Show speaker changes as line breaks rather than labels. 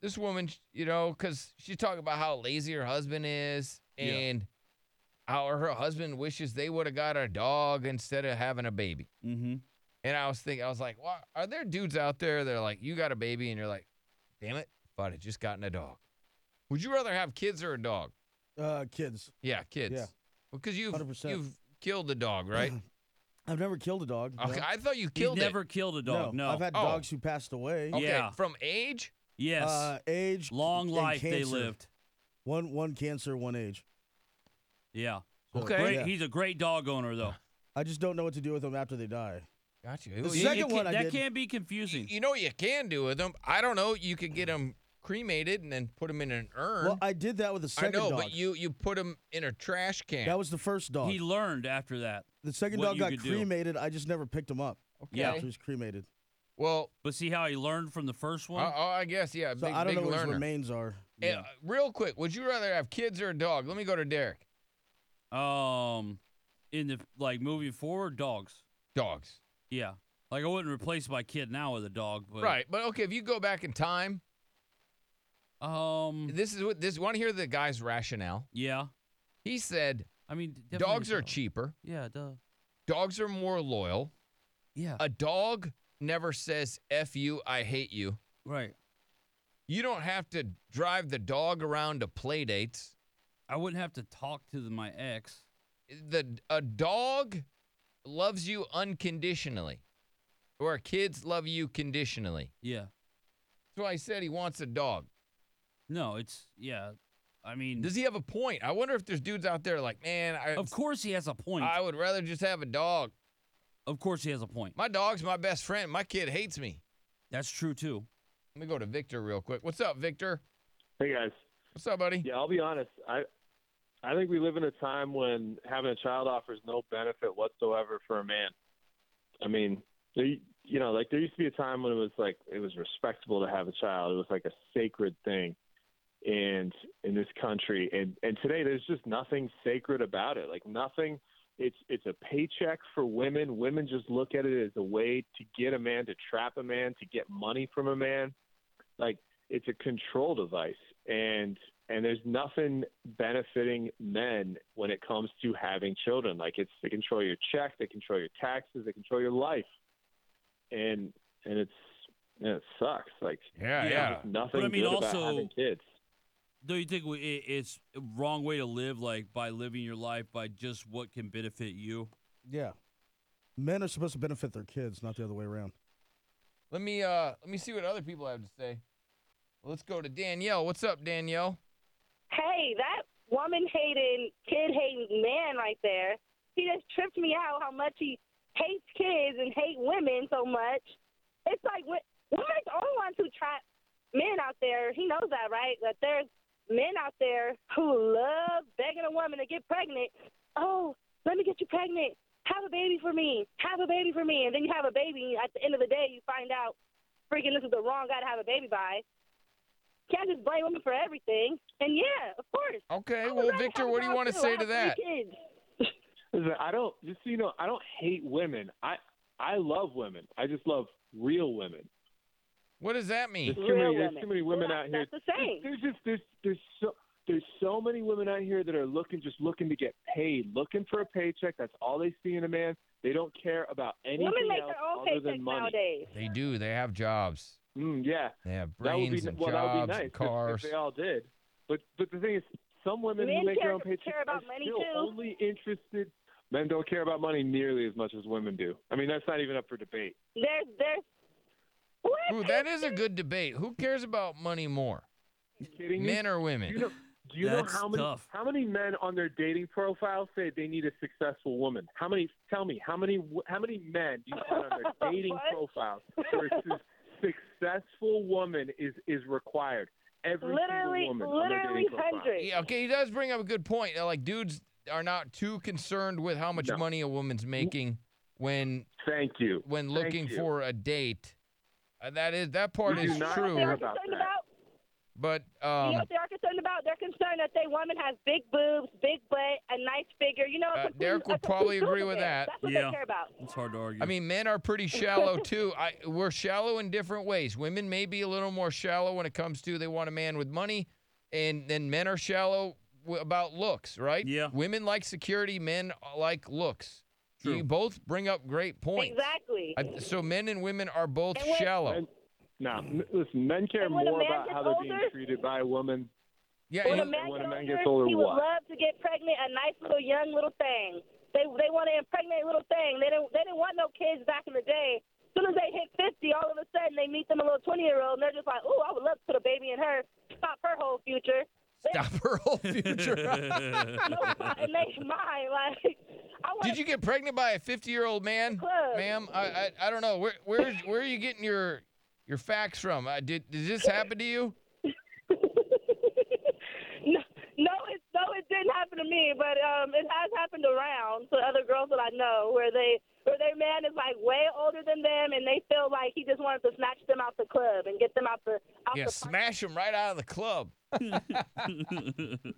this woman, you know, because she's talking about how lazy her husband is
Yeah.
and how her husband wishes they would have got a dog instead of having a baby.
Mm-hmm.
And I was thinking, I was like, well, are there dudes out there that are like, you got a baby, and you're like, damn it, if I'd have just gotten a dog. Would you rather have kids or a dog?
Uh, kids.
Yeah, kids.
Yeah.
Because you've
100%.
you've killed the dog, right?
I've never killed a dog. no.
okay, I thought you
You've
killed it.
never killed a dog. No.
I've had
Oh.
dogs who passed away.
Okay,
Yeah.
from age.
yes.
Uh, age,
Long
and
life they
cancer.
lived.
One one cancer, one age.
Yeah.
So,
Okay.
Great.
yeah.
He's a great dog owner though.
I just don't know what to do with them after they die.
Got you. You-
The second
You can't-
one I
that
did-
can be confusing.
you know what you can do with them? I don't know. You could get them cremated and then put them in an urn.
Well, I did that with the
I
second
know,
dog.
but you you put them in a trash can.
that was the first dog.
He learned after that.
the second
what
dog
you
got
could do.
cremated. I just never picked him up.
okay.
yeah.
He was cremated.
Well,
But see how he learned from the first
I,
one?
I guess yeah.
So
big
I don't
big
know what his
learner.
remains are.
Eh, uh, real quick, would you rather have kids or a dog? Let me go to Derek.
um in the like moving forward dogs.
Dogs.
Yeah. Like I wouldn't replace my kid now with a dog, but
Right, but okay. If you go back in time,
Um
this is what this. Want to hear the guy's rationale?
yeah.
He said
I mean definitely
dogs
a
are
dog.
cheaper.
Yeah, duh.
Dogs are more loyal.
Yeah.
A dog never says "f you," "I hate you."
right.
You don't have to drive the dog around to play dates.
I wouldn't have to talk to the, my ex.
The a dog loves you unconditionally, or kids love you conditionally.
Yeah.
That's why he said he wants a dog.
No, it's yeah. I mean
Does he have a point? I wonder if there's dudes out there like, man, I,
of course he has a point.
I would rather just have a dog.
of course he has a point.
My dog's my best friend. My kid hates me.
That's true too.
Let me go to Victor real quick. What's up, Victor?
Hey guys,
What's up, buddy?
yeah, I'll be honest. I I think we live in a time when having a child offers no benefit whatsoever for a man. I mean, there, you know, like there used to be a time when it was like it was respectable to have a child. It was like a sacred thing, and in this country, and and today there's just nothing sacred about it. Like nothing. It's it's a paycheck for women. Women just look at it as a way to get a man, to trap a man, to get money from a man. Like it's a control device and and there's nothing benefiting men when it comes to having children like it's they control your check they control your taxes they control your life and and it's and it sucks like
Yeah,
Yeah.
yeah.
there's nothing
But I mean,
good
also-
about having kids
Don't you think we- it, it's a wrong way to live, like by living your life by just what can benefit you?
Yeah. Men are supposed to benefit their kids, not the other way around.
Let me uh let me see what other people have to say. Let's go to Danielle. What's up, Danielle?
hey, that woman hating, kid hating man right there, he just tripped me out how much he hates kids and hate women so much. It's like wo- women are the only ones who trap men out there. He knows that, right? That there's men out there who love begging a woman to get pregnant. Oh, let me get you pregnant. Have a baby for me. Have a baby for me. And then you have a baby. and At the end of the day, you find out, freaking, this is the wrong guy to have a baby by. Can't just blame women for everything. And yeah, of course.
Okay,
I would
well,
rather
Victor,
have
what do you
dogs
want to
too.
say
I
to
have three
that?
kids.
Listen, I don't just so you know, I don't hate women. I I love women. I just love real women.
What does that mean?
There's too
Real
many there's
women.
too many women
Well,
out here.
that's the same.
There's just there's there's so there's so many women out here that are looking just looking to get paid, looking for a paycheck. That's all they see in a man. They don't care about anything
Women make
else
their own
other than
paychecks
money.
nowadays.
They do. They have jobs.
Mm, yeah,
They have
that would be
brains and
well. that would
jobs
be nice
and
if-
cars.
If, they all did. But but the thing is, some women
Men
who make
care-
their own paychecks
care about
are
money,
still
too.
only interested. Men don't care about money nearly as much as women do. I mean, that's not even up for debate.
There's, there's. What?
Ooh, that is a good debate. Who cares about money more,
You kidding me?
men or
Do you
women?
know, do you know
That's
how many
tough.
how many men on their dating profile say they need a successful woman? How many? Tell me how many how many men do you put on their dating
What?
profile versus successful woman is is required? Every single
Literally,
woman on their
literally
dating profile.
hundreds.
Yeah, okay, he does bring up a good point. uh, Like dudes are not too concerned with how much
No.
money a woman's making when
Thank you.
when
Thank
looking
you.
for a date. Uh, that is that part
We do
is
not
true.
care
They're
about
concerned
that.
about
But
you know
um,
what they are concerned about? They're concerned that they woman has big boobs, big butt, a nice figure. You know, a
Uh,
complete-
Derek
a
would
complete
probably agree
look
with
there.
that.
That's what
Yeah.
they care about.
It's hard to argue.
I mean, men are pretty shallow too. I we're shallow in different ways. Women may be a little more shallow when it comes to they want a man with money, and then men are shallow w- about looks, right?
Yeah.
Women like security, men like looks.
True.
You both bring up great points.
Exactly.
I- so men and women are both
And when-
shallow.
And- Nah, m- listen, men care
And when a
more
man
about
gets
how they're being
older-
treated by a woman.
yeah.
when a
and-
man,
when
gets,
a man
older,
gets older,
he would
what?
love to get pregnant, a nice little young little thing. They they want to impregnate little thing. They didn't they didn't want no kids back in the day. As soon as they hit fifty, all of a sudden they meet them a little twenty year old, and they're just like, "Ooh, I would love to put a baby in her, stop her whole future."
Stop her whole future.
No, and they mind like, I want
Did you get pregnant by a 50 year old man,
Close.
ma'am? I, I I don't know. Where where where are you getting your your facts from? Uh, did did this happen to you?
no, no, it no, it didn't happen to me, but um, it has happened around to other girls that I know, where they where their man is like way older than them, and they feel like he just wanted to snatch them out the club and get them out the out
Yeah,
the.
smash him right out of the club.